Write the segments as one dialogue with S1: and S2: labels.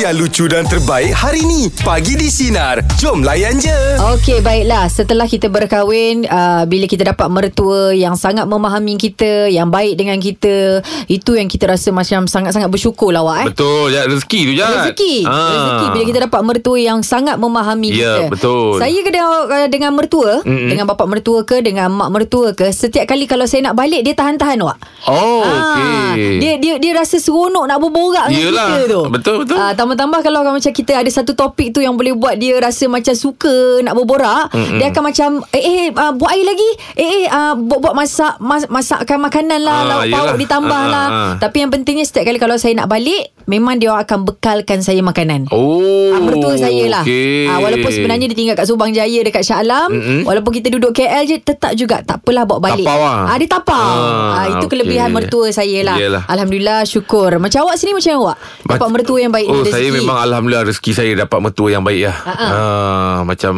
S1: yang lucu dan terbaik hari ni. Pagi di Sinar. Jom layan je.
S2: Okey, baiklah. Setelah kita berkahwin, uh, bila kita dapat mertua yang sangat memahami kita, yang baik dengan kita, itu yang kita rasa macam sangat-sangat bersyukur lah awak eh.
S3: Betul Jad. Rezeki tu Jad
S2: Rezeki
S3: Ah.
S2: Rezeki Bila kita dapat mertua Yang sangat memahami kita
S3: Ya, betul.
S2: Saya kena uh, Dengan mertua mm Dengan bapak mertua ke Dengan mak mertua ke Setiap kali kalau saya nak balik Dia tahan-tahan awak
S3: Oh
S2: Ah,
S3: okay.
S2: Dia dia dia rasa seronok nak berborak dengan
S3: Yelah,
S2: kita tu.
S3: betul, betul.
S2: Ah, tambah-tambah kalau macam kita ada satu topik tu yang boleh buat dia rasa macam suka nak berborak, Mm-mm. dia akan macam eh eh ah, buat air lagi. Eh eh ah, buat-buat masak mas, masakkan makanan lah,
S3: Ah,
S2: lauk
S3: yelah.
S2: pauk ditambah
S3: Ah, ah,
S2: lah.
S3: ah.
S2: Tapi yang pentingnya setiap kali kalau saya nak balik, memang dia akan bekalkan saya makanan.
S3: Oh
S2: Ah, mertua saya lah
S3: okay.
S2: ah, Walaupun sebenarnya Dia tinggal kat Subang Jaya Dekat Shah Alam
S3: Mm-mm.
S2: Walaupun kita duduk KL je Tetap juga Tak apalah bawa balik
S3: Tapau lah.
S2: ah, Dia tapau ah,
S3: Ah,
S2: Itu
S3: okey.
S2: kelebihan mertua saya lah
S3: Yelah.
S2: Alhamdulillah syukur Macam awak sini macam awak Dapat
S3: Mac-
S2: mertua yang baik
S3: Oh
S2: dan
S3: saya
S2: rezeki.
S3: memang Alhamdulillah Rezeki saya dapat mertua yang baik lah
S2: Ha-ha.
S3: Ah, Macam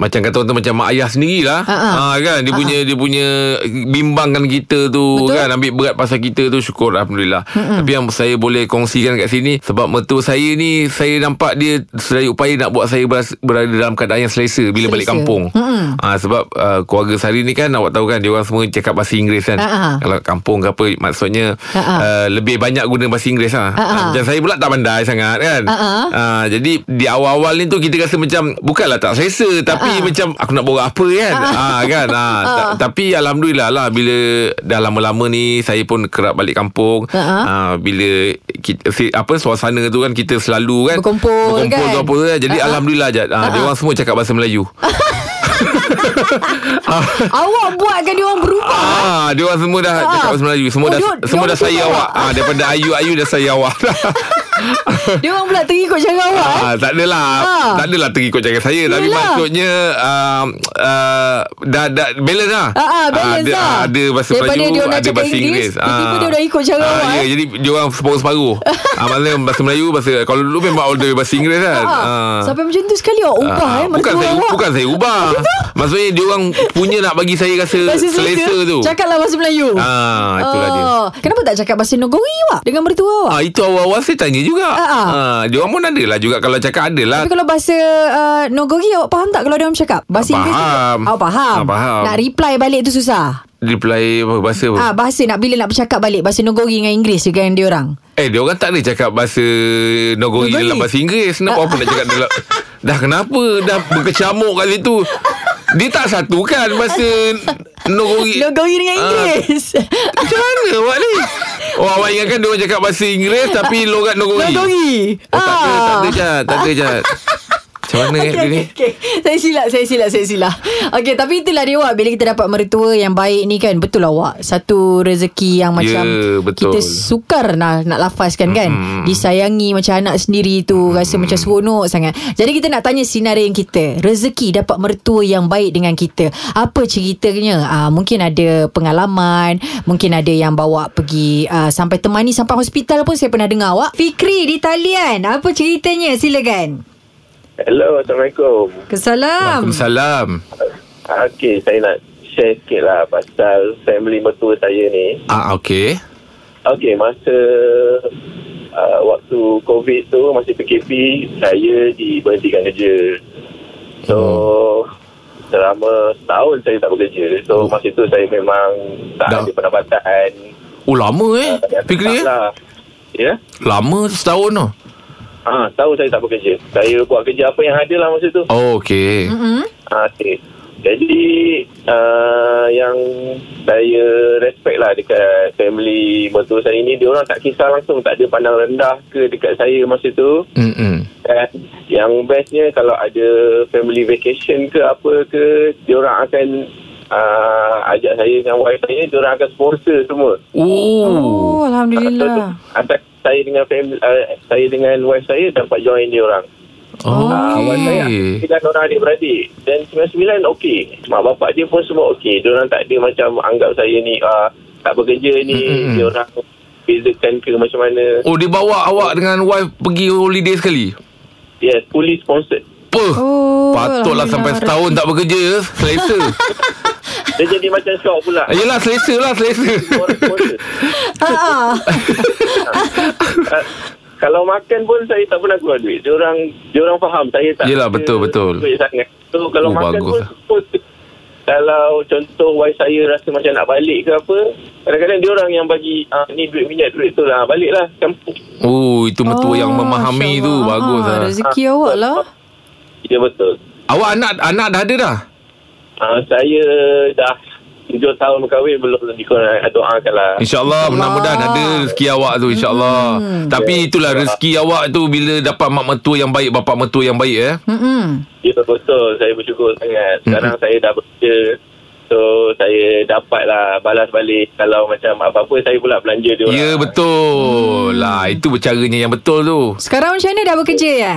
S3: Macam kata orang tu Macam mak ayah sendirilah
S2: Ha-ha.
S3: Ah, kan Dia punya Dia punya Bimbangkan kita tu
S2: Ha, Betul.
S3: Kan Ambil berat pasal kita tu Syukur Alhamdulillah Mm-mm. Tapi yang saya boleh Kongsikan kat sini Sebab mertua saya ni Saya nampak dia Sedaya upaya nak buat saya beras- Berada dalam keadaan yang selesa Bila
S2: Selesa.
S3: balik kampung
S2: Mm-mm.
S3: Ah, Sebab ah, Keluarga Sari ni kan Awak tahu kan Dia orang semua cakap bahasa Inggeris kan
S2: Ha-ha.
S3: Kalau kampung ke apa Maksudnya
S2: Ha-ha.
S3: ah, Lebih banyak guna bahasa Inggeris lah
S2: Ha-ha.
S3: Ah, macam saya pula tak pandai sangat kan.
S2: Ah, ah.
S3: Ah, jadi di awal-awal ni tu kita rasa macam bukanlah tak selesa tapi
S2: Ah.
S3: macam aku nak borak apa kan.
S2: Ha,
S3: Ah, kan. Ah, ta- tapi alhamdulillah lah bila dah lama-lama ni saya pun kerap balik kampung.
S2: Ah, ah.
S3: Ah, bila kita, si- apa suasana tu kan kita selalu kan
S2: Berkumpul
S3: berkumpul
S2: kan?
S3: tu apa tu kan. Jadi
S2: Ah, ah.
S3: alhamdulillah Jad. Ah, dia orang semua cakap bahasa Melayu.
S2: Ha, Awak buatkan dia orang berubah
S3: Ah, dia orang semua dah
S2: Ah.
S3: cakap bahasa Melayu. Semua
S2: Oh,
S3: dah
S2: dia-
S3: semua
S2: dia
S3: dah saya
S2: orang
S3: awak.
S2: tu.
S3: Ah, daripada ayu-ayu dah saya awak.
S2: Dia orang pula terikut cara awak eh.
S3: Ah, tak adalah
S2: Ah.
S3: ah. Tak adalah terikut cakap saya Tapi
S2: Yelah.
S3: maksudnya uh, uh, dah, dah balance lah
S2: Ah, ah, balance
S3: ada,
S2: lah.
S3: ah, Ada bahasa
S2: Daripada
S3: Melayu
S2: dia orang
S3: Ada
S2: cakap
S3: bahasa
S2: Inggeris,
S3: Inggeris
S2: tiba-tiba
S3: Ah.
S2: dia orang ikut cara
S3: Ah,
S2: awak,
S3: ya,
S2: eh.
S3: Jadi dia orang separuh-separuh ah, Maksudnya bahasa Melayu bahasa Kalau dulu memang all the bahasa Inggeris kan
S2: Ah,
S3: Ah.
S2: Sampai macam tu sekali awak ubah
S3: Ah,
S2: eh
S3: bukan
S2: mertua
S3: saya
S2: awak.
S3: bukan saya ubah. Maksudnya dia orang punya nak bagi saya rasa
S2: Bahasa
S3: selesa tu.
S2: Cakaplah bahasa Melayu
S3: Ah, itulah dia.
S2: Oh, Kenapa tak cakap bahasa Nogori awak Dengan mertua awak
S3: Ah itu awal-awal saya tanya juga.
S2: Ah, ah.
S3: Ah, dia orang pun ada lah juga kalau cakap ada lah.
S2: Tapi kalau bahasa uh, Nogogi awak faham tak kalau dia orang cakap? Bahasa Inggeris tu-
S3: Ah, Faham.
S2: Awak faham.
S3: Ah, faham. Oh.
S2: Nak reply balik tu susah.
S3: Reply apa, bahasa apa?
S2: Ah bahasa nak bila nak bercakap balik bahasa Nogogi dengan Inggeris juga yang dia orang.
S3: Eh, dia orang tak ada cakap bahasa
S2: Nogori.
S3: Nogori dalam bahasa Inggeris. Kenapa apa nak cakap dalam... Dah kenapa? Dah berkecamuk kat situ. Dia tak satukan bahasa Nogori.
S2: Nogogi dengan
S3: Ah.
S2: Inggeris.
S3: Macam mana awak ni? Oh, awak ingatkan dia orang cakap bahasa Inggeris tapi logat Nogori.
S2: Nogogi.
S3: Oh, tak ada, tak
S2: Ah.
S3: ada Jad. Tak ada Jad. Macam mana eh,
S2: Okey,
S3: okay, dia ni?
S2: okey, okey. Saya silap, saya silap, saya silap. Okey, tapi itulah dia awak. Bila kita dapat mertua yang baik ni kan, betul lah awak. Satu rezeki yang macam
S3: Ya, betul.
S2: kita sukar nak, nak lafazkan kan.
S3: Mm-mm.
S2: Disayangi macam anak sendiri tu. Rasa macam seronok sangat. Jadi kita nak tanya sinarin kita. Rezeki dapat mertua yang baik dengan kita. Apa ceritanya? Ah, mungkin ada pengalaman. Mungkin ada yang bawa pergi ah, sampai temani, sampai hospital pun saya pernah dengar awak. Fikri di talian. Apa ceritanya? Silakan.
S4: Hello, Assalamualaikum.
S2: Kesalam.
S3: Waalaikumsalam.
S4: Okey, saya nak share sikit lah pasal family mertua saya ni.
S3: Ah, okey.
S4: Okey, masa uh, waktu COVID tu, masa PKP, saya diberhentikan kerja. So, selama setahun saya tak bekerja. So, masa tu saya memang tak
S3: Dah.
S4: ada pendapatan. Ah,
S3: Oh, lama eh.
S4: Tak ada
S3: Fikri eh.
S4: tempat lah. Ya?
S3: Lama setahun tu.
S4: Ah, tahu saya tak bekerja. Saya buat kerja apa yang ada lah masa tu.
S3: Oh, okey.
S2: Mm-mm.
S4: Ah, okay. Jadi uh, yang saya respect lah dekat family mertua saya ni dia orang tak kisah langsung tak ada pandang rendah ke dekat saya masa tu
S3: Mm-mm.
S4: eh, yang bestnya kalau ada family vacation ke apa ke dia orang akan uh, ajak saya dengan wife saya dia orang akan sponsor semua
S2: Oh, Alhamdulillah.
S4: atas saya dengan family uh, saya dengan wife saya dapat join dia orang Ah,
S2: Okey.
S4: Abang saya Sembilan orang adik-beradik Dan sembilan-sembilan okey Mak bapak dia pun semua okey Diorang tak ada macam Anggap saya ni uh, Tak bekerja ni mm-hmm.
S3: Mm-mm.
S4: Diorang Bezakan ke macam mana
S3: Oh dia bawa awak dengan wife pergi holiday sekali?
S4: Yes Fully sponsored
S3: Puh.
S2: Oh,
S3: Patutlah
S2: Alhamdulillah.
S3: sampai setahun tak bekerja Selesa
S4: Dia jadi macam shock pula
S3: Yelah selesa lah selesa
S2: Ha,
S4: Orang sponsor
S2: Ah, ah.
S4: Ah, Kalau makan pun saya tak pernah keluar duit. Dia orang dia orang faham saya tak.
S3: Yelah,
S4: ada
S3: betul, betul.
S4: Duit sangat. So kalau
S3: Oh,
S4: oh, makan
S3: bagus
S4: pun,
S3: lah.
S4: pun kalau contoh wife saya rasa macam nak balik ke apa, kadang-kadang dia orang yang bagi ah, ni duit minyak duit tu lah, baliklah kampung.
S3: Oh, itu mertua oh, yang memahami tu. Bagus lah.
S2: Rezeki awak lah.
S4: Ya betul.
S3: Awak anak anak dah ada dah?
S4: Ah, saya dah 7 tahun berkahwin belum lagi korang doakanlah.
S3: InsyaAllah mudah-mudahan ada rezeki awak tu insyaAllah. Hmm. Tapi itulah rezeki awak tu bila dapat mak mertua yang baik, bapak mertua yang baik eh.
S2: Mm-mm.
S4: Ya betul Saya bersyukur sangat Sekarang mm-hmm. saya dah bekerja So saya dapatlah Balas balik Kalau macam apa-apa Saya pula belanja dia
S3: Ya yeah,
S4: orang.
S3: betul. Hmm. Lah itu bercaranya yang betul tu.
S2: Sekarang macam mana dah bekerja ya?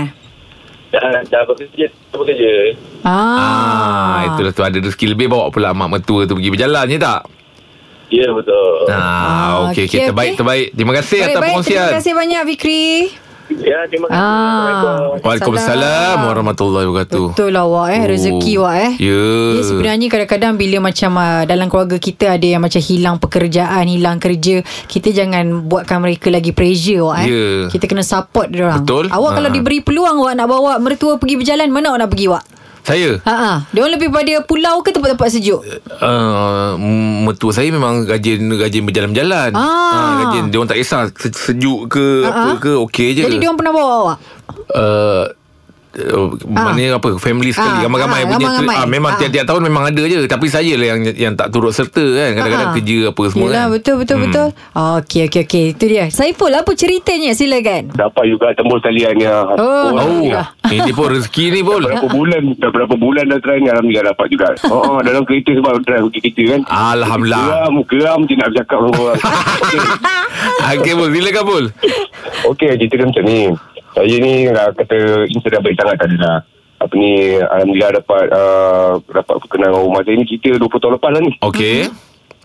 S4: dah, dah bekerja Dah bekerja
S2: Ah,
S3: Ah, itulah tu ada rezeki lebih bawa pula mak mertua tu pergi berjalan je tak?
S4: Ya betul
S3: Ah, okey okey
S2: okey,
S3: terbaik
S2: okey.
S3: terbaik. Terima kasih atas
S2: Baik-baik,
S3: perkongsian.
S2: terima kasih banyak Fikri.
S4: Ya terima kasih
S2: Ah.
S4: Assalamualaikum
S3: Waalaikumsalam warahmatullahi wabarakatuh.
S2: Betul lah awak eh
S3: Oh.
S2: Rezeki awak eh
S3: Ya.
S2: Dia sebenarnya kadang-kadang bila macam uh, dalam keluarga kita ada yang macam hilang pekerjaan, hilang kerja, kita jangan buatkan mereka lagi pressure awak eh.
S3: Ya.
S2: Kita kena support dia orang.
S3: Betul.
S2: Awak
S3: Ha.
S2: kalau diberi peluang awak nak bawa mertua pergi berjalan, mana awak nak pergi awak?
S3: Saya
S2: Ha ah. Dia orang lebih pada pulau ke tempat-tempat sejuk?
S3: Ya, uh, mertua saya memang rajin rajin berjalan-jalan.
S2: Ah.
S3: Ah, rajin dia orang tak kisah se- sejuk ke
S2: Ah, ah.
S3: apa ke okey je.
S2: Jadi dia orang pernah bawa awak?
S3: uh, Uh, Maknanya apa Family
S2: Ah,
S3: sekali
S2: ah,
S3: Ramai-ramai punya
S2: ramai-ramai.
S3: ah, Memang
S2: Ah.
S3: tiap-tiap tahun Memang ada je Tapi saya lah yang Yang tak turut serta kan Kadang-kadang
S2: Ha-ha.
S3: kerja Apa semua
S2: Ah, Yelah,
S3: kan
S2: betul betul hmm. betul. Okey okey okey itu dia. Saiful apa ceritanya silakan.
S5: Dapat juga tembus talian ya.
S2: Oh,
S3: Oh
S2: Alhamdulillah.
S3: Ini pun rezeki ni pun
S5: Berapa bulan Dah berapa bulan dah try ni Alhamdulillah dapat juga Oh, oh dalam kereta sebab try pergi kerja kan
S3: Alhamdulillah.
S5: Geram geram je nak bercakap dengan orang
S3: Ah, Okay Bul Silakan Bul
S5: Okey cerita dia macam ni Saya ni lah, kata Insya baik sangat tadi lah apa ni Alhamdulillah dapat uh, Dapat perkenalan dengan rumah saya ni Cerita 20 tahun lepas lah ni
S3: Okay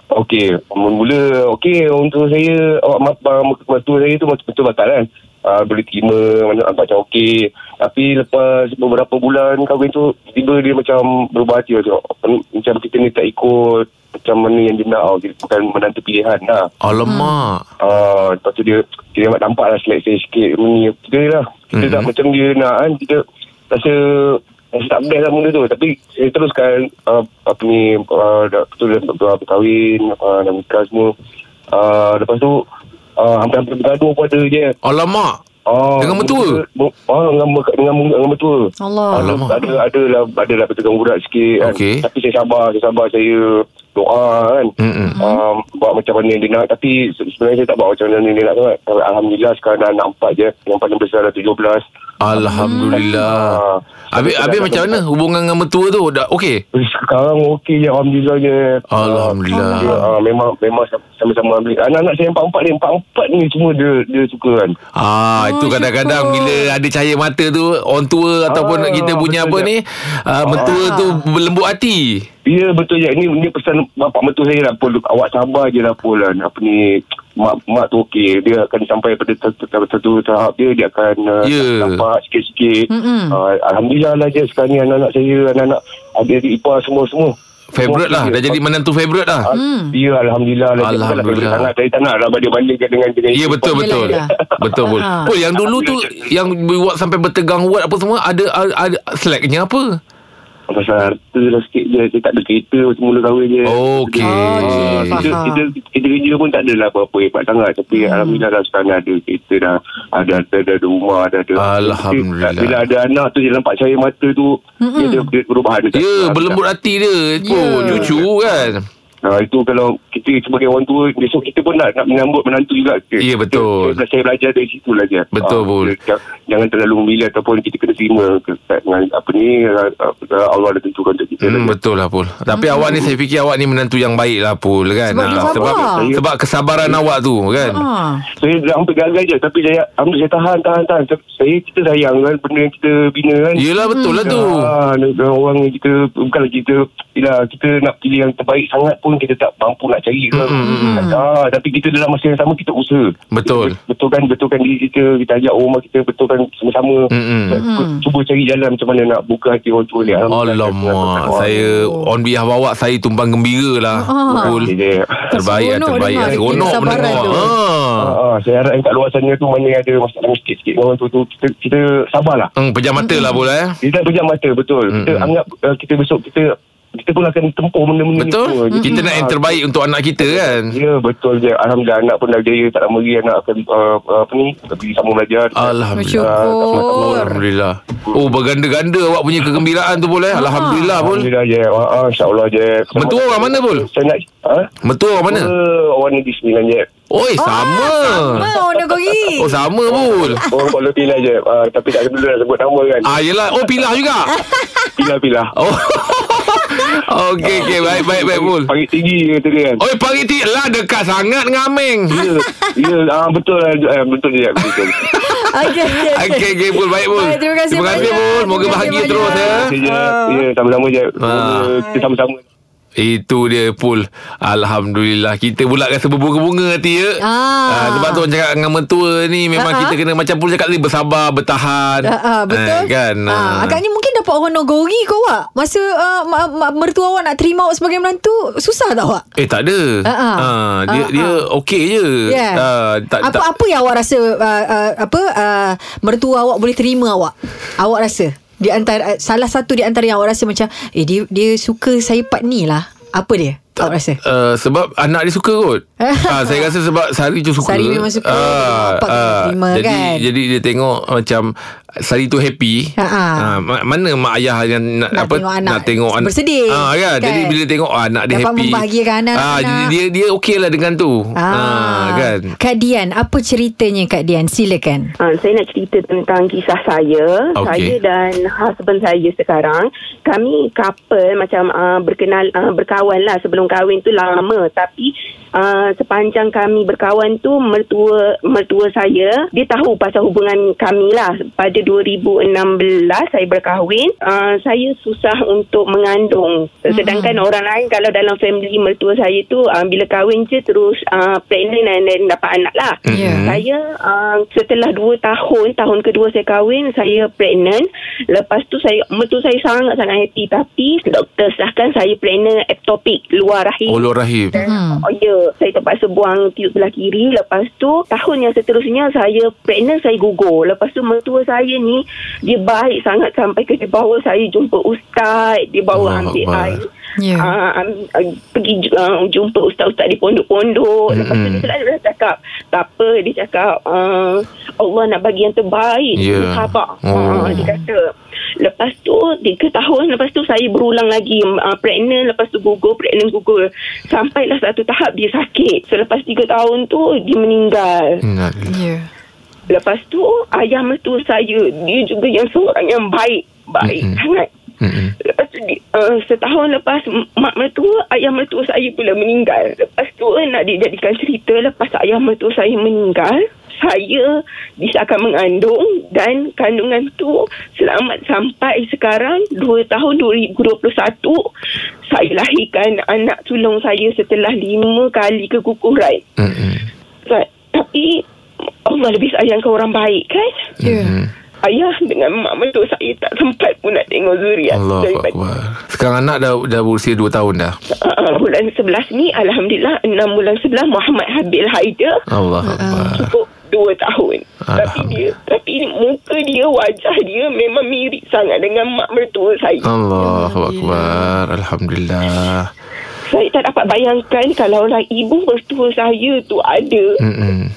S5: Okey, mula okey untuk saya awak mak mak- mertua saya tu betul batal kan. Uh, boleh terima mana macam okey. Tapi lepas beberapa bulan kahwin tu tiba dia macam berubah hati lah tengok. Pen- Macam kita ni tak ikut macam mana yang dia nak tau. Dia bukan menantu pilihan lah.
S3: Alamak
S5: Uh, lepas tu dia dia nampak, nampak lah selek saya sikit ni kita lah. Kita
S3: Mhm.
S5: mm-hmm. tak macam dia nak kan kita rasa rasa tak best lah benda tu tapi saya teruskan uh, apa ni uh, dah betul dah dah berkahwin uh, dah nikah semua uh, lepas tu uh, hampir-hampir bergaduh pun ada je
S3: Alamak
S5: Oh,
S3: Dengan mertua? Oh,
S5: Ber- Oh, dengan, ber- dengan, dengan mertua.
S2: Allah.
S5: Ada,
S3: Alamak.
S5: Oh. ada, ada lah, ada lah ketegangan budak sikit kan.
S3: Okey.
S5: Tapi saya sabar, saya sabar, saya doa kan.
S3: Mm-mm.
S5: Um, buat macam mana yang dia nak. Tapi se- sebenarnya saya tak buat macam mana yang dia nak sangat. Alhamdulillah sekarang dah anak empat je. Yang paling besar dah 17.
S3: Alhamdulillah
S5: Ah.
S3: Habis, habis macam mana Hubungan dengan mertua tu Dah okay
S5: Eh, Sekarang okey je Alhamdulillah je
S3: Alhamdulillah.
S5: Ah, dia, ah, Memang memang sama-sama ambil Anak-anak saya yang empat-empat ni Empat-empat ni semua dia, dia suka kan
S3: Ah, oh, itu
S2: Oh,
S3: kadang-kadang
S2: syukur.
S3: bila ada cahaya mata tu orang tua ataupun
S5: Ah,
S3: kita punya
S5: betul
S3: apa
S5: je.
S3: ni, ah, mertua tu berlembut hati.
S5: Ya betul je Ini, ini pesan bapak mertua saya lah Pul Awak sabar je lah Pul kan. Apa ni Mak, mak tu okey Dia akan sampai pada satu, satu, satu tahap dia Dia akan uh,
S3: Ya.
S5: nampak sikit-sikit
S2: Mm-mm.
S5: uh, Alhamdulillah lah je Sekarang ni anak-anak saya Anak-anak adik-adik ipar semua-semua
S3: Favorite lah, dah jadi menantu favorite lah.
S2: Mm.
S5: Hmm. Ya Alhamdulillah lah Dia bukanlah
S3: Alhamdulillah.
S5: favourite sangat. Saya tak nak lah bandingkan dengan dengan
S3: Ya betul
S2: Yelah,
S3: betul.
S2: yelah.
S3: Betul betul.
S2: Ah.
S3: Oh yang dulu tu yang buat sampai bertegang buat apa semua ada ada, ada slacknya apa?
S5: Pasal harta lah sikit je Saya tak ada kereta Masa mula kahwin je
S3: Okey.
S2: Okey,
S5: Ah, kita,
S2: faham.
S5: kita, kita kerja pun tak adalah apa-apa hebat sangat Tapi hmm. Alhamdulillah dah sekarang ada kereta dah Ada harta, dah ada rumah dah ada
S3: Alhamdulillah.
S5: Bila ada anak tu Dia nampak cahaya mata tu Dia ada dia perubahan dekat-
S3: Ya berlembut hati dia pun
S2: Ya.
S3: cucu kan.
S5: Ha, itu kalau kita sebagai orang tua besok kita pun nak nak menyambut menantu juga. Kita-
S3: Ya, betul.
S5: Kita, saya belajar dari situ lah je.
S3: Betul, Bul.
S5: kita- Jangan terlalu memilih ataupun kita kena terima ke- dengan apa ni ah, ah, Allah dah tentukan untuk kita.
S3: Hmm,
S5: lah.
S3: betul lah Pul Tapi awak ni saya fikir awak ni menantu yang baik lah Pul kan
S2: Sebab dia
S3: Ah, sebab,
S2: sabar.
S3: sebab kesabaran awak tu kan
S2: Ah.
S5: Saya dah hampir gagal je tapi saya ambil saya tahan tahan tahan. Saya- Saya kita sayang kan benda yang kita bina kan.
S3: Yelah betul lah tu
S5: Ah, dengan orang yang kita bukanlah kita yalah, kita nak pilih yang terbaik sangat pun pun kita tak mampu nak cari ke. Mm-hmm. Ah, tapi kita dalam masa yang sama kita usaha.
S3: Betul.
S5: Kita betulkan betulkan diri kita, kita ajak orang rumah kita betulkan sama-sama.
S3: Mm-mm.
S5: Mm-hmm. Cuba cari jalan macam mana nak buka hati orang tua ni.
S2: Ah.
S5: Alhamdulillah,
S3: Alamak
S5: kita-
S3: Saya On behalf awak Saya tumbang gembira lah
S2: Ah.
S3: Betul
S5: Okey, okey.
S3: Terbaik lah
S2: Seronok
S3: Terbaik lah
S2: dengar.
S3: Seronok
S2: Kesabaran
S3: mendengar
S2: tu.
S3: ha.
S5: Ah, ah, saya harap yang kat luar sana tu mana yang ada masalah sikit-sikit dengan orang tu, tu kita, kita sabarlah.
S3: Hmm, Pejam mata lah bola eh
S5: Kita tak pejam mata betul. Kita
S3: Mm-mm.
S5: anggap uh, kita besok kita kita pun akan tempuh benda-benda ni semua.
S3: Betul
S5: Jadi,
S3: Kita nak yang
S5: ah,
S3: terbaik Untuk anak kita kan
S5: Ya betul je Alhamdulillah anak pun dah berjaya Tak lama lagi anak akan uh, uh, Apa ni Pergi sama belajar
S3: Alhamdulillah
S2: Bersyukur.
S3: Alhamdulillah Oh berganda-ganda Awak punya kegembiraan tu
S2: Ah.
S3: boleh Alhamdulillah pun
S5: Alhamdulillah je ah, ah, InsyaAllah je
S3: Mentua orang mana, Bul?
S5: Saya nak ha?
S3: Metua orang mana
S2: Ah.
S5: Eh, Orang negeri sembilan je
S3: Oi sama
S2: Oh, Nogori.
S3: Oh sama pun
S5: Orang Kuala Pilah je Ah, Tapi tak perlu nak sebut nama kan
S3: Ah yelah Oh pilah juga
S5: Pilah-pilah
S3: Oh Okey okey baik baik baik pun
S5: Parit tinggi kata dia kan
S3: Oi pagi ti lah dekat sangat dengan Aming.
S5: Ya, ya ah, betul lah eh, Betul je Betul
S2: Okey, okey.
S3: Okey okey Pul baik Pul.
S2: Baik, terima kasih
S3: Terima kasih
S2: banyak.
S3: Pul. Moga
S2: Terima kasih
S3: bahagia
S2: banyak.
S3: terus ya.
S5: Okey je Ya sama-sama je
S3: Ah.
S5: Kita sama-sama
S3: Itu dia Pul. Alhamdulillah kita pula rasa berbunga-bunga hati ya.
S2: Ah.
S3: Ah, sebab tu orang cakap dengan mentua ni memang
S2: Ah, ah.
S3: kita kena macam Pul cakap tadi bersabar, bertahan.
S2: Ah, ah, betul
S3: Eh, kan.
S2: ah, Agaknya mungkin dapat orang nogori ke awak Masa uh, ma- ma- mertua awak nak terima awak sebagai menantu Susah tak awak?
S3: Eh tak ada.
S2: Ah, ah.
S3: Ah, dia
S2: Ah,
S3: dia okey je.
S2: Yeah.
S3: Ah, tak
S2: apa
S3: tak
S2: apa yang awak rasa uh, uh, apa uh, mertua awak boleh terima awak? Awak rasa di antara uh, salah satu di antara yang awak rasa macam eh dia dia suka saya part ni lah. Apa dia? awak rasa?
S3: Uh, sebab anak dia suka kot uh, Saya rasa sebab Sari tu suka
S2: Sari memang suka.
S3: Ah,
S2: Apa kena
S3: ah.
S2: terima,
S3: jadi,
S2: kan?
S3: Jadi dia tengok macam Sari tu happy
S2: Ha, ha.
S3: Ah, ma- Mana mak ayah yang nak,
S2: Nak
S3: apa,
S2: tengok anak
S3: Nak tengok anak
S2: bersedih,
S3: Ah, kan?
S2: kan?
S3: Jadi bila tengok ah, Anak dia
S2: Dapat
S3: happy
S2: membahagiakan anak-anak.
S3: Ah, jadi Dia dia okey lah dengan tu Ah, kan?
S2: Kak Dian, apa ceritanya Kak Dian? Silakan.
S6: Ha, saya nak cerita tentang kisah saya.
S3: Okey.
S6: Okay. Saya dan husband saya sekarang. Kami couple macam uh, berkenal, uh, berkawan lah. Sebelum kahwin tu lama. Tapi uh, sepanjang kami berkawan tu, mertua mertua saya, dia tahu pasal hubungan kami lah. Pada 2016 saya berkahwin. Uh, saya susah untuk mengandung. Sedangkan orang lain kalau dalam family mertua saya tu, uh, bila kahwin je terus uh, pregnant dan, dan dapat anak lah.
S2: Ya.
S3: Mm-mm.
S6: Saya uh, setelah 2 tahun, tahun kedua saya kahwin, saya pregnant. Lepas tu saya betul saya sangat-sangat happy tapi doktor sahkan saya pregnant ectopic luar rahim.
S3: Ulur Rahim
S2: Hmm.
S6: Oh ya, saya terpaksa buang tiup sebelah kiri. Lepas tu, tahun yang seterusnya saya pregnant, saya gugur. Lepas tu, mertua saya ni, dia baik sangat sampai ke dia bawa saya jumpa ustaz. Dia bawa
S3: Allah
S6: ambil
S3: Akbar.
S6: air.
S2: Ya.
S6: Ah, am- ah, pergi ju- ah, jumpa ustaz-ustaz di pondok-pondok. Lepas tu, dia selalu dah cakap, tak apa. Dia cakap, ah, Allah nak bagi yang terbaik.
S3: Ya.
S6: Dia sabar.
S3: Oh.
S6: Ah, dia kata. Lepas tu, tiga tahun. Lepas tu, saya berulang lagi. Uh, pregnant, lepas tu gugur, pregnant, gugur. Sampailah satu tahap dia sakit. Selepas tiga tahun tu, dia meninggal.
S3: Innalillah.
S2: Ya.
S6: Lepas tu, ayah mertua saya, dia juga yang seorang yang baik. Baik
S3: Mm-mm.
S6: mm-hmm. sangat.
S3: Mm-mm.
S6: Lepas tu, di- uh, setahun lepas m- mak mertua, ayah mertua saya pula meninggal. Lepas tu, eh, nak dijadikan cerita, lepas ayah mertua saya meninggal, saya disahkan mengandung dan kandungan tu selamat sampai sekarang 2 tahun 2021 saya lahirkan anak sulung saya setelah 5 kali keguguran.
S3: Mm-mm.
S6: Ustaz, Tapi Allah lebih sayang ke orang baik kan?
S2: Ya.
S3: Mm-mm.
S6: Ayah dengan mak mertua saya tak sempat pun nak tengok zuriat.
S3: Allah Akbar Sekarang anak dah, dah berusia 2 tahun dah
S6: Uh, bulan 11 ni Alhamdulillah 6 bulan 11 Muhammad Habil Haider
S3: Allah
S2: Ah,
S3: Akbar
S6: cukup 2 tahun tapi dia tapi muka dia wajah dia memang mirip sangat dengan mak mertua saya
S3: Oh. Allah Akbar Alhamdulillah
S6: saya tak dapat bayangkan kalaulah ibu mertua saya tu ada
S3: Mm-mm.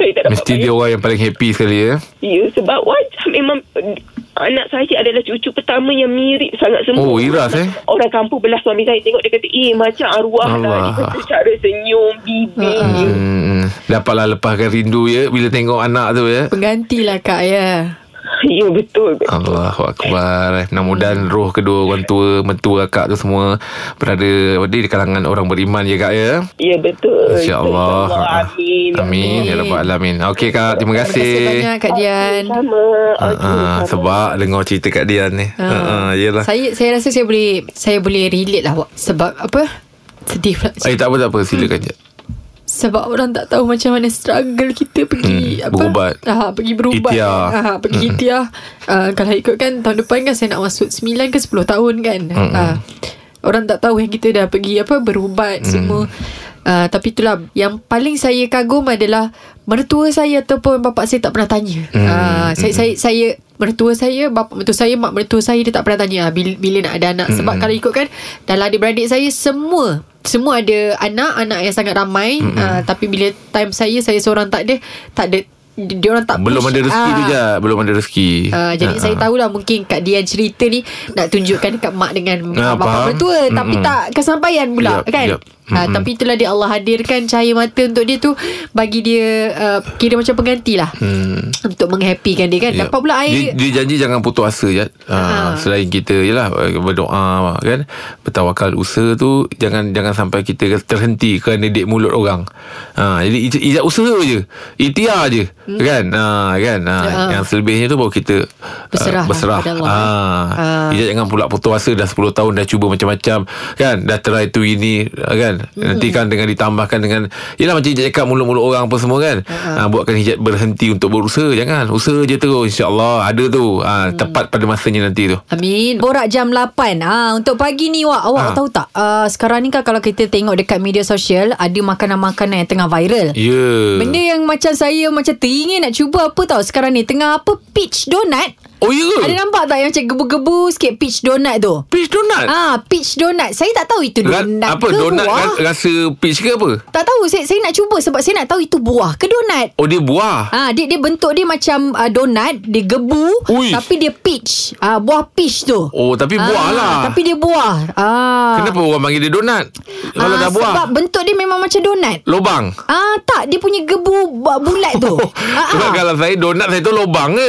S6: saya tak dapat
S3: Hmm. Mesti dia
S6: bayangkan
S3: orang yang paling happy sekali ya.
S6: dia sebab wajah memang anak saya adalah cucu pertama yang mirip sangat semua
S3: Oh, Iras, eh?
S6: orang kampung belah suami saya tengok dia kata eh macam arwah lah
S3: Allah.
S6: dia kata cara senyum bibir
S3: Hmm, dapatlah lepaskan rindu ya bila tengok anak tu ya.
S2: Penggantilah Kak ya.
S6: ya betul betul
S3: Allahu akbar. Mudah-mudahan roh kedua orang tua, mentua akak tu semua berada di kalangan orang beriman ya kak ya.
S6: Ya betul.
S3: Insya-Allah.
S6: Amin.
S3: Amin ya rabbal alamin. Okey kak, terima
S2: Terima kasih
S3: kasih.
S2: banyak Kak Dian.
S6: Sama.
S3: Ah, ah, sebab dengar cerita Kak Dian ni. Ha ah, ah,
S2: Ha.
S3: yalah.
S2: Saya saya rasa saya boleh saya boleh relate lah awak sebab apa? Sedih pula
S3: Eh tak apa tak apa Silakan je
S2: Sebab orang tak tahu Macam mana struggle kita Pergi
S3: Hmm,
S2: apa
S3: berubat.
S2: ah, Pergi berubat
S3: Ikhtiar.
S2: ah, Pergi hmm. ikhtiar ah, Kalau ikutkan Tahun depan kan Saya nak masuk 9 ke 10 tahun kan hmm. ah, Orang tak tahu yang kita dah pergi Apa Berubat hmm. semua ah, Tapi itulah Yang paling saya kagum adalah Mertua saya Ataupun bapak saya Tak pernah tanya hmm. ah, saya, saya, saya Mertua saya Bapak mertua saya Mak mertua saya Dia tak pernah tanya ah, Bila, bila nak ada anak
S3: Hmm.
S2: Sebab kalau ikutkan Dalam adik-beradik saya Semua semua ada anak-anak yang sangat ramai
S3: Hmm.
S2: mm-hmm. uh, tapi bila time saya saya seorang tak ada tak ada dia orang tak
S3: Belum
S2: push.
S3: ada rezeki
S2: Ah.
S3: tu je Belum ada rezeki Ah,
S2: Uh, jadi saya tahulah mungkin Kak Dian cerita ni Nak tunjukkan dekat mak dengan uh,
S3: Ah, faham.
S2: Bapak mertua
S3: Mm-mm.
S2: Tapi tak kesampaian pula
S3: Yap,
S2: kan
S3: yap.
S2: uh,
S3: Mm-mm.
S2: Tapi itulah dia Allah hadirkan cahaya mata untuk dia tu Bagi dia uh, Kira macam pengganti lah hmm. Untuk menghappykan dia kan
S3: Ya.
S2: Dapat pula
S3: dia,
S2: air
S3: dia janji jangan putus asa je ha.
S2: Ah.
S3: Selain kita Yelah eh, Berdoa kan Bertawakal usaha tu Jangan jangan sampai kita terhenti Kerana dek mulut orang ha. Jadi ij- ijat usaha je Ikhtiar je hmm. Kan ha, kan ha.
S2: Ah.
S3: Yang selebihnya tu baru kita ah,
S2: Berserah lah
S3: berserah.
S2: kepada Allah,
S3: Ha.
S2: eh. Ah.
S3: Ijat jangan pula putus asa Dah 10 tahun dah cuba macam-macam Kan Dah try tu ini Kan Nanti kan dengan ditambahkan dengan Yelah macam hijab cakap Mulut-mulut orang apa semua kan
S2: Ah.
S3: ha, Buatkan hijab berhenti Untuk berusaha Jangan Usaha je terus InsyaAllah Ada tu ha,
S2: Hmm.
S3: Tepat pada masanya nanti tu
S2: Amin Borak jam 8 ha, Untuk pagi ni Wak Awak
S3: Ah.
S2: tahu tak uh, Sekarang ni kan Kalau kita tengok dekat media sosial Ada makanan-makanan yang tengah viral
S3: Ya yeah.
S2: Benda yang macam saya Macam teringin nak cuba apa tau Sekarang ni Tengah apa Peach donut
S3: Oh ya ke
S2: Ada nampak tak yang macam gebu-gebu sikit peach donut tu?
S3: Peach donut
S2: Ah, peach donut. Saya tak tahu itu
S3: Ra-
S2: donut
S3: Apa
S2: ke
S3: donut
S2: buah.
S3: ra- Rasa peach ke apa
S2: tak tahu. Saya, saya nak cuba sebab saya nak tahu itu buah ke donut.
S3: Oh dia buah
S2: Ah, dia dia bentuk dia macam uh, donut, dia gebu
S3: Ui.
S2: tapi dia peach. Ah, buah peach tu.
S3: Oh tapi buah
S2: ah,
S3: lah
S2: Tapi dia buah. Ah.
S3: Kenapa orang panggil dia donut Kalau
S2: ah,
S3: dah buah
S2: Sebab bentuk dia memang macam donut.
S3: Lobang
S2: Ah, tak. Dia punya gebu bu- bulat tu. ah,
S3: Oh, Sebab
S2: ah.
S3: kalau saya donat saya tu lubang ke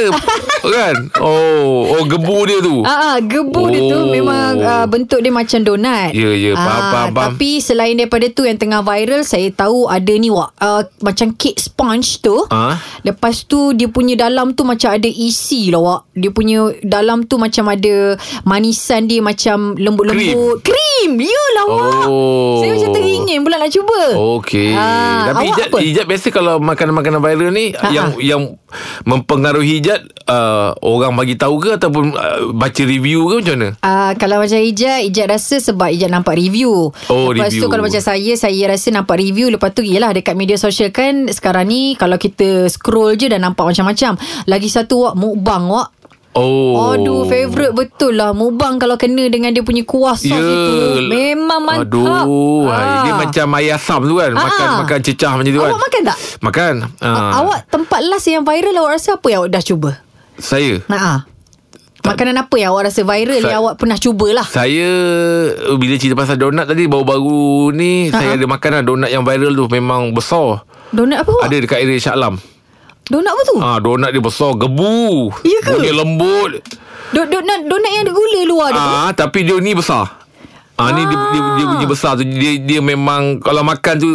S3: kan? Oh, oh gebu dia tu.
S2: Ah, ah, gebu oh. dia tu
S3: Oh.
S2: memang ah, bentuk dia macam donat. Ah,
S3: Ya, ya, faham, faham, faham.
S2: Tapi selain daripada tu yang tengah viral, saya tahu ada ni wak ah, macam cake sponge tu.
S3: Ah.
S2: Lepas tu dia punya dalam tu macam ada isi lah wak. Dia punya dalam tu macam ada manisan dia macam lembut-lembut. Krim. Yalah wak.
S3: Oh.
S2: Saya macam teringin pula nak cuba.
S3: Okey.
S2: Ah,
S3: Tapi
S2: awak
S3: hijat
S2: apa? Ah,
S3: hijat biasa kalau makanan-makanan viral ni
S2: Ha-ha.
S3: yang yang mempengaruhi hijat uh, orang bagi tahu ke ataupun uh, baca review ke macam mana?
S2: Uh, kalau macam Ijat Ijat rasa sebab Ijat nampak review
S3: Oh,
S2: Lepas tu
S3: review.
S2: kalau macam saya Saya rasa nampak review Lepas tu yelah Dekat media sosial kan Sekarang ni Kalau kita scroll je Dah nampak macam-macam Lagi satu wak Mukbang wak
S3: Oh.
S2: oh. Aduh favourite betul lah Mukbang kalau kena Dengan dia punya kuah sos
S3: Ya.
S2: itu Memang mantap
S3: Aduh,
S2: Ah.
S3: dia macam ayasam tu kan, makan
S2: Ah.
S3: makan cecah macam tu kan.
S2: Awak makan tak?
S3: Makan.
S2: Uh.
S3: Ah,
S2: Awak tempat last yang viral Awak rasa apa yang awak dah cuba?
S3: saya.
S2: Nah, ah. Makanan apa yang awak rasa viral
S3: Sa-
S2: Yang awak pernah cubalah
S3: Saya eh, bila cerita pasal donat tadi baru-baru ni
S2: Ha-ha.
S3: saya ada makan lah donat yang viral tu memang besar.
S2: Donat apa awak?
S3: Ada dekat area Shah Alam.
S2: Donat apa tu?
S3: Ah donat dia besar, gebu.
S2: Ya ke?
S3: Bunyi lembut.
S2: Do- Donat, donat yang ada gula luar tu
S3: Ah tapi dia ni besar. Ah, ni dia, dia, dia bunyi besar tu dia dia memang kalau makan tu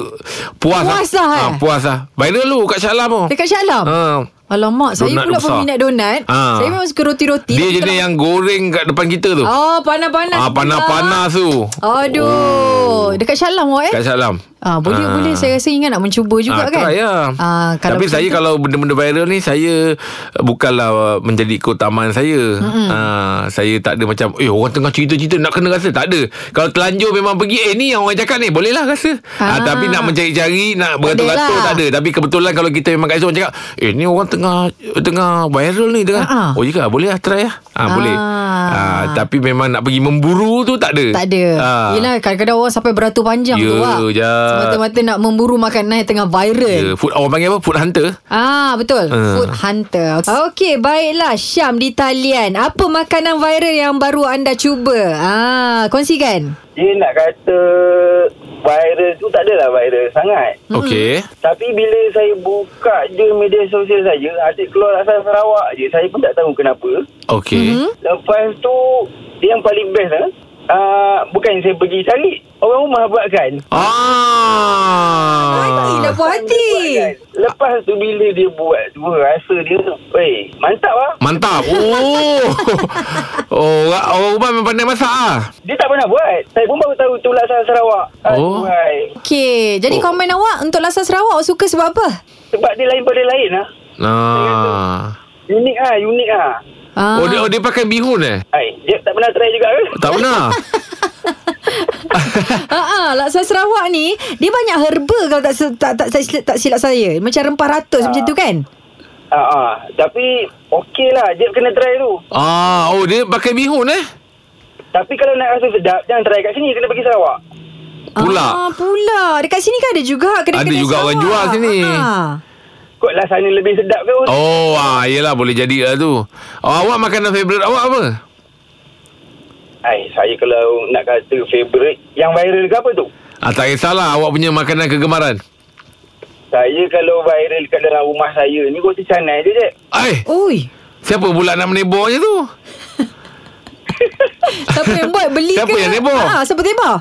S3: puas
S2: Puas lah, eh?
S3: Ah, puas lah. Viral lu kat Shah Alam tu.
S2: Dekat Shah Alam?
S3: Ah.
S2: Alamak, saya
S3: Donat
S2: pula
S3: besar.
S2: peminat donat.
S3: Ah.
S2: Saya memang suka roti-roti. Tapi
S3: Dia jenis
S2: kalau-
S3: yang goreng kat depan kita tu.
S2: Oh, panas-panas.
S3: ah panas-panas tu.
S2: Aduh. Oh. Dekat Shah Alam awak eh?
S3: Kat Shah Alam.
S2: Ah, boleh
S3: Ah.
S2: boleh saya rasa ingat nak mencuba juga kan.
S3: try lah.
S2: Ah, kalau
S3: Tapi
S2: macam
S3: saya
S2: tu-
S3: kalau benda-benda viral ni saya uh, bukanlah uh, menjadi keutamaan saya. Mm-hmm. Ah, saya tak ada macam eh orang tengah cerita-cerita nak kena rasa tak ada. Kalau telanjur memang pergi eh ni yang orang cakap ni boleh lah rasa. Ah.
S2: Ah.
S3: tapi nak mencari-cari nak beratur-atur
S2: lah.
S3: tak ada. Tapi kebetulan kalau kita memang kat situ orang cakap eh ni orang tengah tengah viral ni tengah.
S2: Ah, ah.
S3: Oh ya ke? boleh lah try lah. Ah, boleh. Ah,
S2: Ah.
S3: tapi memang nak pergi memburu tu tak ada.
S2: tak ada.
S3: Ah.
S2: Yelah kadang-kadang orang sampai beratur panjang
S3: Ya,
S2: tu lah.
S3: Jad.
S2: Semata-mata nak memburu makanan yang tengah viral.
S3: Ya, food orang panggil apa? Food hunter.
S2: Ah betul
S3: Ah.
S2: Food Hunter Okey baiklah Syam di talian Apa makanan viral yang baru anda cuba Ah Kongsikan
S4: Dia nak kata viral tu tak adalah viral sangat.
S3: Okey.
S4: Tapi bila saya buka je media sosial saya, asyik keluar asal Sarawak je. Saya pun tak tahu kenapa.
S3: Okey.
S2: Mm-hmm.
S7: ah,
S4: Lepas tu, dia yang paling best lah. Uh, bukan saya pergi cari.
S7: Orang rumah buat kan
S2: Ay, tak
S3: Ah.
S2: hilang puas hati.
S7: Buat kan? Lepas tu bila dia buat tu Rasa dia Wey mantap lah
S3: Mantap. Oh. oh, orang orang rumah memang pandai masak ah.
S7: Dia tak pernah buat Saya pun baru tahu tu lah Sarawak
S3: Oh.
S7: Aduhai.
S2: Okey, jadi
S3: Oh.
S2: komen awak untuk Lasan Sarawak awak suka sebab apa?
S7: Sebab dia lain pada lain lah
S3: Ah.
S7: Unik lah Unik lah
S2: Ah.
S3: Oh, dia, oh, dia pakai bihun eh?
S7: Hai, dia tak pernah try juga ke?
S3: Tak pernah.
S2: Ha ah, laksa Sarawak ni dia banyak herba kalau tak se- tak tak, tak, silap, tak silap saya. Macam rempah ratus macam tu kan?
S7: Ha ah, tapi okey lah, Jeb kena try tu.
S3: ah, oh dia pakai bihun eh?
S7: Tapi kalau nak rasa sedap, jangan try kat sini, kena pergi Sarawak.
S2: Ah,
S3: Pula.
S2: pula. Dekat sini kan ada juga kedai-kedai
S3: Ada juga
S2: Sarawak.
S3: orang jual sini.
S2: Ha.
S7: Kot lah sana lebih sedap ke? Oh.
S3: Oh, ah, yelah boleh jadi lah tu. Oh, awak makanan favourite awak apa?
S7: Hai, saya kalau nak kata favourite, yang viral ke apa tu?
S3: Ah, tak kisahlah awak punya makanan kegemaran.
S7: Saya kalau viral kat dalam rumah saya ni, roti canai je, Jeb.
S3: Eh,
S2: Oi.
S3: siapa pula nak menebornya tu?
S2: Siapa yang buat beli
S3: Siapa
S2: ke?
S3: yang tebak?
S2: Ha, siapa tebak?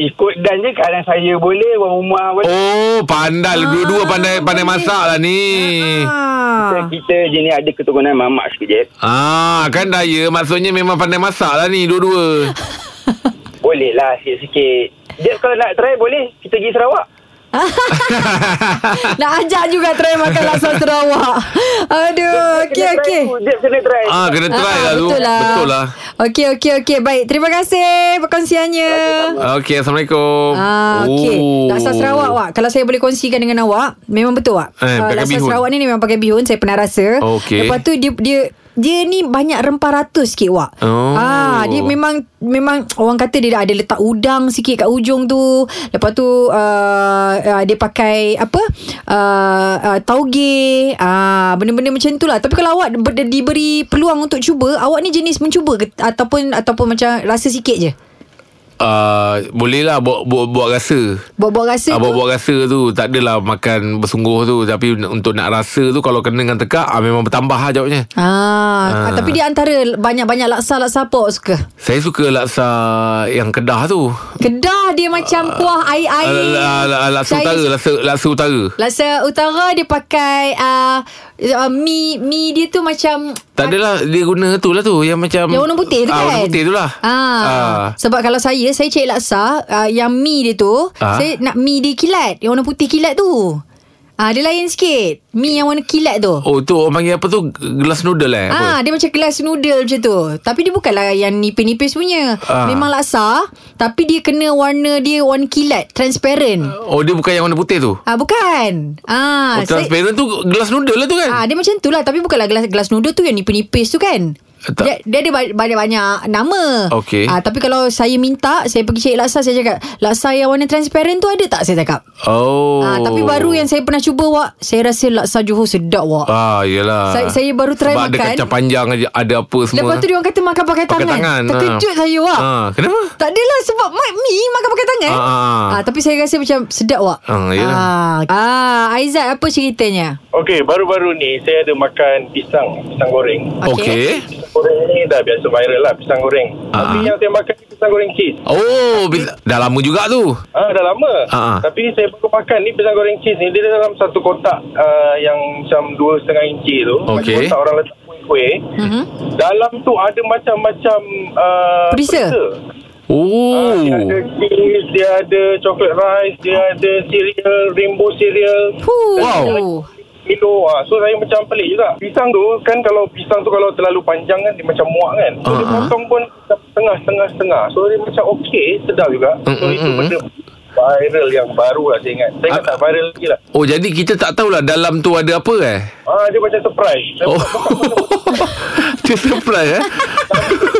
S7: Ikut dan je kadang saya boleh, orang rumah boleh.
S3: Oh, pandai. Dua-dua pandai pandai
S2: boleh.
S3: masak lah ni.
S2: Ha.
S6: Ah.
S7: Kita jenis ada keturunan mamak sikit, Jeb.
S3: Ah, kan daya maksudnya memang pandai masak lah ni dua-dua.
S7: Boleh lah sikit-sikit. Jeb kalau nak try boleh, kita pergi Sarawak.
S2: Nak ajak juga try makan laksa Sarawak. Aduh, okey
S7: Kena try
S2: okey.
S7: tu, Jeb kena try.
S3: ah, kena try
S2: Ah,
S3: lah tu.
S2: Betul lah.
S3: Betul lah.
S2: Okey, okey, okey. Baik, terima kasih perkongsiannya.
S3: Ah, Okey, Assalamualaikum. Oh.
S2: Ah, okey. Laksa Sarawak awak. Kalau saya boleh kongsikan dengan awak, memang betul awak.
S3: Eh,
S2: Ah,
S3: pakai
S2: laksa
S3: bihun.
S2: Sarawak ni memang pakai bihun, saya pernah rasa.
S3: Okey.
S2: Lepas tu dia dia dia ni banyak rempah ratus sikit wak.
S3: Oh.
S2: Ah, dia memang memang orang kata dia dah ada letak udang sikit kat ujung tu. Lepas tu uh, uh, dia pakai apa? Uh, uh, tauge. Ah, benda-benda macam tu lah. Tapi kalau awak ber- diberi peluang untuk cuba, awak ni jenis mencuba ke ataupun ataupun macam rasa sikit je.
S3: Ah, boleh lah buat, buat, buat rasa.
S2: Buat-buat rasa tu.
S3: Ah, buat-buat rasa tu Tak adalah makan bersungguh tu Tapi n- untuk nak rasa tu Kalau kena dengan tekak ah, Memang bertambah lah jawabnya
S2: Ah, ah.
S3: Ah.
S2: tapi dia antara banyak-banyak laksa-laksa apa awak suka.
S3: Saya suka laksa yang Kedah tu
S2: Kedah dia macam kuah air-air.
S3: Ah, la- la- Laksa
S2: Saya-
S3: utara Laksa, laksa utara
S2: Laksa utara dia pakai uh, uh, mi mi dia tu macam
S3: Tak adalah Dia guna tu lah tu Yang macam
S2: yang warna putih tu
S3: ah,
S2: kan.
S3: Warna putih tu lah
S2: Ah. Sebab kalau saya saya cek laksa uh, yang mi dia tu,
S3: Ah.
S2: saya nak mi dia kilat, yang warna putih kilat tu. Ah dia lain sikit. Mi yang warna kilat tu.
S3: Oh tu orang panggil apa tu Gelas noodle eh
S2: Ah,
S3: apa?
S2: dia macam gelas noodle macam tu. Tapi dia bukanlah yang nipis-nipis punya.
S3: Ah.
S2: Memang laksa, tapi dia kena warna dia warna kilat, transparent.
S3: Oh dia bukan yang warna putih tu
S2: Ah, bukan. Ah,
S3: Oh, transparent tu gelas noodle lah tu kan
S2: Ah, dia macam tu lah Tapi bukanlah gelas, gelas noodle tu Yang nipis-nipis tu kan
S3: Eh, Tak.
S2: dia, dia ada ba- banyak-banyak nama
S3: Okey.
S2: ah, Tapi kalau saya minta Saya pergi cek laksa Saya cakap Laksa yang warna transparent tu ada tak? Saya cakap
S3: Oh
S2: ah, Tapi baru yang saya pernah cuba Wak Saya rasa laksa Johor sedap Wak
S3: Ah yelah
S2: Saya- saya baru try
S3: Sebab
S2: makan.
S3: ada kacang panjang Ada ada apa semua
S2: Lepas tu dia orang kata makan pakai,
S3: Pakai tangan, ah.
S2: Terkejut saya Wak
S3: Ah, kenapa?
S2: Tak adalah sebab Mak Mi makan pakai tangan
S3: Ah, ah, ah.
S2: Ah, Tapi saya rasa macam sedap Wak
S3: Ah, yalah.
S2: ah, ah, Aizat apa ceritanya?
S5: Okey, baru-baru ni saya ada makan pisang, pisang goreng.
S3: Okey.
S5: Pisang goreng ni dah biasa viral lah, pisang goreng. Tapi
S3: Ah.
S5: yang saya makan ni pisang goreng cheese.
S3: Oh, bila, dah lama juga tu.
S5: Ah, dah lama.
S3: Ah.
S5: Tapi saya baru makan ni pisang goreng cheese ni dia dalam satu kotak uh, yang macam dua setengah inci tu. Macam
S3: Okey.
S5: Kotak orang letak kuih-kuih.
S2: Mhm.
S5: Dalam tu ada macam-macam uh,
S2: Perisa?
S5: Ah,
S3: Oh.
S5: Dia ada cheese, dia ada chocolate rice, dia ada cereal, rainbow cereal.
S2: Huh.
S3: Wow.
S5: Kilo ah. So saya macam pelik juga Pisang tu kan Kalau pisang tu Kalau terlalu panjang kan Dia macam muak kan So dia
S3: Ah, ah.
S5: potong pun Tengah-tengah-tengah So dia macam okey Sedap juga So
S3: Mm, mm,
S5: itu
S3: mm.
S5: benda Viral yang baru lah Saya ingat Saya ingat
S3: Ah.
S5: tak viral lagi lah
S3: Oh, jadi kita tak tahulah dalam tu ada apa eh?
S5: ah, Dia macam surprise Saya
S3: Oh.
S5: buka-
S3: Dia surprise eh?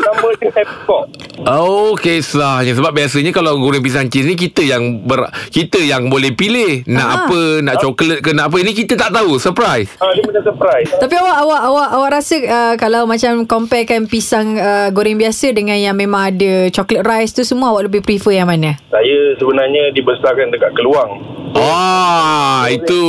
S5: Nama dia happy pop
S3: Oh, kisahnya. Sebab biasanya kalau goreng pisang cheese ni kita yang ber, kita yang boleh pilih nak
S2: Ah.
S3: apa, nak coklat ke nak apa. Ini kita tak tahu, surprise.
S5: ah, Dia macam surprise
S2: Tapi awak awak awak awak rasa uh, kalau macam comparekan pisang uh, goreng biasa dengan yang memang ada chocolate rice tu semua awak lebih prefer yang mana?
S5: Saya sebenarnya Dibesarkan dekat Keluang
S3: Ah, itu.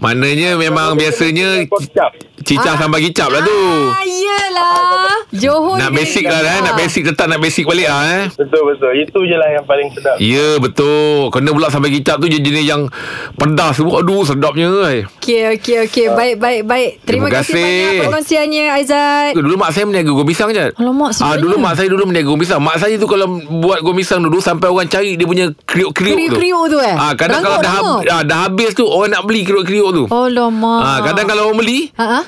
S3: Maknanya memang biasanya
S5: Kocap
S3: Cicang sambal kicap lah tu.
S2: Ah, yelah. Johor
S3: Nak
S2: ni-
S3: basic lah eh. Nak basic tetap nak basic balik lah eh.
S1: Betul-betul. Itu je lah yang paling sedap.
S3: Ya betul Kena pula sampai kicap tu Dia jenis yang Pedas tu Aduh sedapnya eh.
S2: Okey, okey, okey. Baik, baik, baik. Terima,
S3: Terima
S2: kasih
S3: kasih.
S2: banyak penongsiannya, Aizat.
S3: Dulu mak saya meniaga goreng pisang je
S2: Alamak,
S3: ah, Dulu
S2: sebenarnya.
S3: mak saya dulu meniaga goreng pisang Mak saya tu kalau Buat goreng pisang dulu Sampai orang cari Dia punya kriuk-kriuk tu
S2: Kriuk-kriuk tu, eh?
S3: ah, Kadang
S2: Berangkut Oh.
S3: kalau dah,
S2: tengok.
S3: hab- ah, dah habis tu Orang nak beli kriuk-kriuk tu
S2: Alamak.
S3: ah, Kadang kalau orang beli
S2: Ha, ha.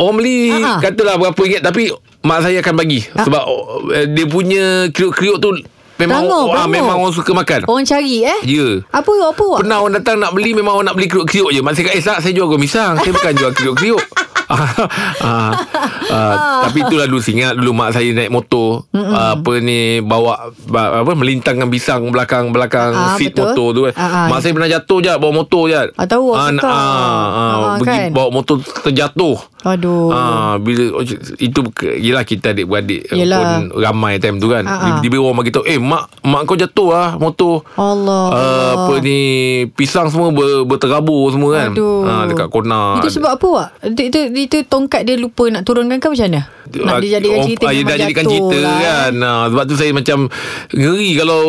S3: Orang beli
S2: Ha, ha.
S3: Katalah berapa ringgit Tapi Mak saya akan bagi Sebab oh, eh, Dia punya kriuk-kriuk tu Memang
S2: Perangus,
S3: ah,
S2: perangus.
S3: Memang orang suka makan
S2: Orang cari eh?
S3: Ya.
S2: Apa apa awak?
S3: Pernah orang datang nak beli Memang orang nak beli kriuk-kriuk je Mak saya kata Eh tak saya jual goreng pisang Saya bukan jual kriuk-kriuk Ah, ah, ah, tapi itulah dulu saya ingat dulu mak saya naik motor ah, apa ni bawa ba- apa melintangkan pisang belakang belakang
S2: Ah,
S3: seat
S2: betul.
S3: motor tu kan.
S2: Ah, ah.
S3: mak saya pernah jatuh je bawa motor je.
S2: Ah, tahu, aku
S3: nak-
S2: tahu.
S3: ah, ah,
S2: Ah,
S3: pergi
S2: kan?
S3: bawa motor terjatuh.
S2: Aduh.
S3: Ah bila oh, itu ke- yelah kita adik-beradik eh,
S2: Yelah.
S3: pun ramai time tu kan.
S2: Ah, ah.
S3: Tiba-tiba orang bagi tahu, "Eh mak mak kau jatuh ah motor."
S2: Allah.
S3: uh, apa ni pisang semua ber, berterabur semua kan.
S2: Aduh.
S3: Ha dekat kona.
S2: Itu sebab apa awak? Itu, itu, itu tongkat dia lupa nak turunkan ke macam mana? Nak dia jadikan cerita
S3: oh,
S2: memang
S3: Dia jadikan
S2: jatuh
S3: cerita
S2: lah,
S3: lah.
S2: eh.
S3: kan ha, Sebab tu saya macam Ngeri kalau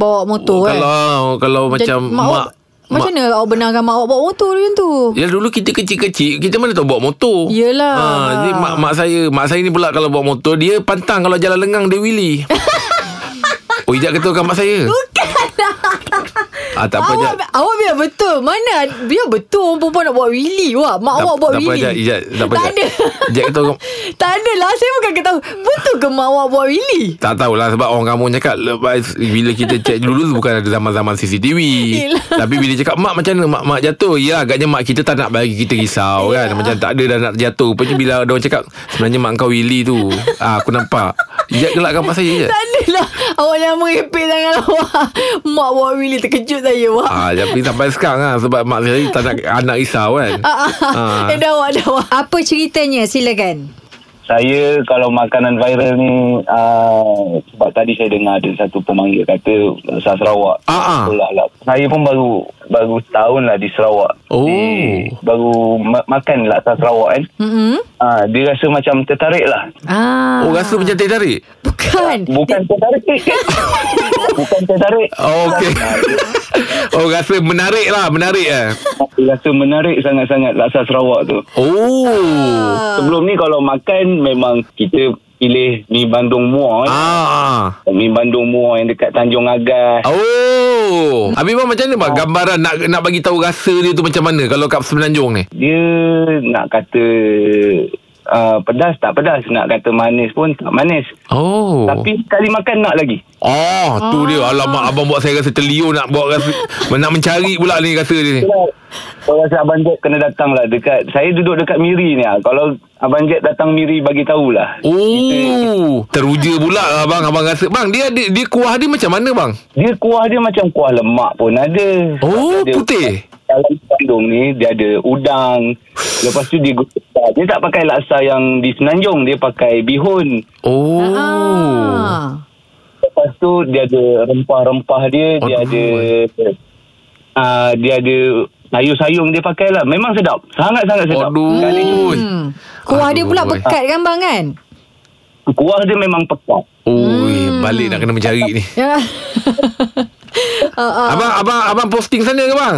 S2: Bawa motor, kan?
S3: Oh, Kalau Kalau
S2: Jadi,
S3: macam
S2: mak, awak-
S3: Mak,
S2: Macam mana awak benarkan mak awak bawa motor macam tu?
S3: Ya dulu kita kecil-kecil Kita mana tahu bawa motor
S2: Yelah.
S3: ha, Jadi mak, mak saya Mak saya ni pula kalau bawa motor Dia pantang kalau jalan lengang Dia wheelie Oh Ijat ketua mak saya Bukan lah ah, Ya, Tak apa Ijat
S2: awak, awak biar betul. Mana biar betul orang perempuan nak buat wheelie. Wah, mak awak buat
S3: tak apa
S2: wheelie.
S3: Ijat Ijat Tak apa
S2: Tak
S3: Ijat
S2: ada.
S3: Ijat ketua
S2: tak ada lah. Saya bukan ketahu. Betul ke mak awak buat wheelie?
S3: Tak tahulah sebab orang kampung cakap lepas bila kita cek dulu tu bukan ada zaman-zaman CCTV.
S2: Yelah.
S3: Tapi bila cakap mak macam mana mak mak jatuh. Ya agaknya mak kita tak nak bagi kita risau kan. Macam tak ada dah nak jatuh. Lepas tu bila dia orang cakap sebenarnya mak kau Willy tu. Ah, aku nampak. Ijat gelakkan mak saya je.
S2: Tak ada lah. Awak jangan merepek tangan awak. Mak buat wheelie. Terkejut saya, wah.
S3: Ah, tapi sampai sekarang lah sebab mak saya tak nak anak risau kan.
S2: Ah. Eh, dah awak, dah awak. Apa ceritanya? Silakan.
S8: Saya kalau makanan viral ni uh, sebab tadi saya dengar ada satu pemanggil kata uh, asal Sarawak.
S3: Ah, ah.
S8: Tolak lah. Saya pun baru baru tahun lah di Sarawak.
S3: Oh.
S8: Di, baru ma- makan laksa Sarawak kan.
S2: Mm-hmm.
S8: Uh, dia rasa macam tertarik lah.
S2: Ah.
S3: Oh rasa macam tertarik.
S2: Bukan.
S8: Bukan tertarik. Bukan tertarik.
S3: Oh, okey. oh rasa menarik lah, menarik eh.
S8: Dia rasa menarik sangat-sangat laksa Sarawak tu.
S3: Oh.
S8: Sebelum ni kalau makan memang kita pilih mi Bandung Muar.
S3: Ah.
S8: kan.
S3: ah.
S8: Mi Bandung Muar yang dekat Tanjung Agas.
S3: Oh. Habis bang macam mana bang gambaran nak nak bagi tahu rasa dia tu macam mana kalau kat Semenanjung ni?
S8: dia nak kata uh, pedas tak pedas nak kata manis pun tak manis
S3: Oh.
S8: oh. tapi sekali makan nak lagi
S3: oh, tu dia. Alamak abang buat saya rasa terliur nak buat rasa nak mencari pula ni rasa dia ni.
S8: Itulah, kalau rasa Abang Jack kena datang lah dekat saya duduk dekat Miri ni lah. kalau Abang Jack datang Miri bagi lah. tahulah
S3: Oh, teruja pula lah bang abang rasa. Bang, dia ada dia kuah dia macam mana bang?
S8: dia kuah dia macam kuah lemak pun ada
S3: Oh,
S8: dia,
S3: putih.
S8: dalam Bandung ni dia ada udang lepas tu dia gosok. dia tak pakai laksa yang di Senanjung dia pakai bihun
S3: Oh.
S2: Ah.
S8: Lepas tu dia ada rempah-rempah dia, dia
S3: Aduh.
S8: ada uh, dia ada sayur-sayur yang dia pakai lah. Memang sedap. Sangat-sangat sedap. Sekali tu,
S3: Aduh.
S2: Hmm. Kuah dia pula
S3: Aduh.
S2: pekat kan bang kan?
S8: Kuah dia memang pekat.
S3: Oi, balik nak kena mencari ni.
S2: Ya. Ah, ah.
S3: Abang abang abang posting sana ke bang?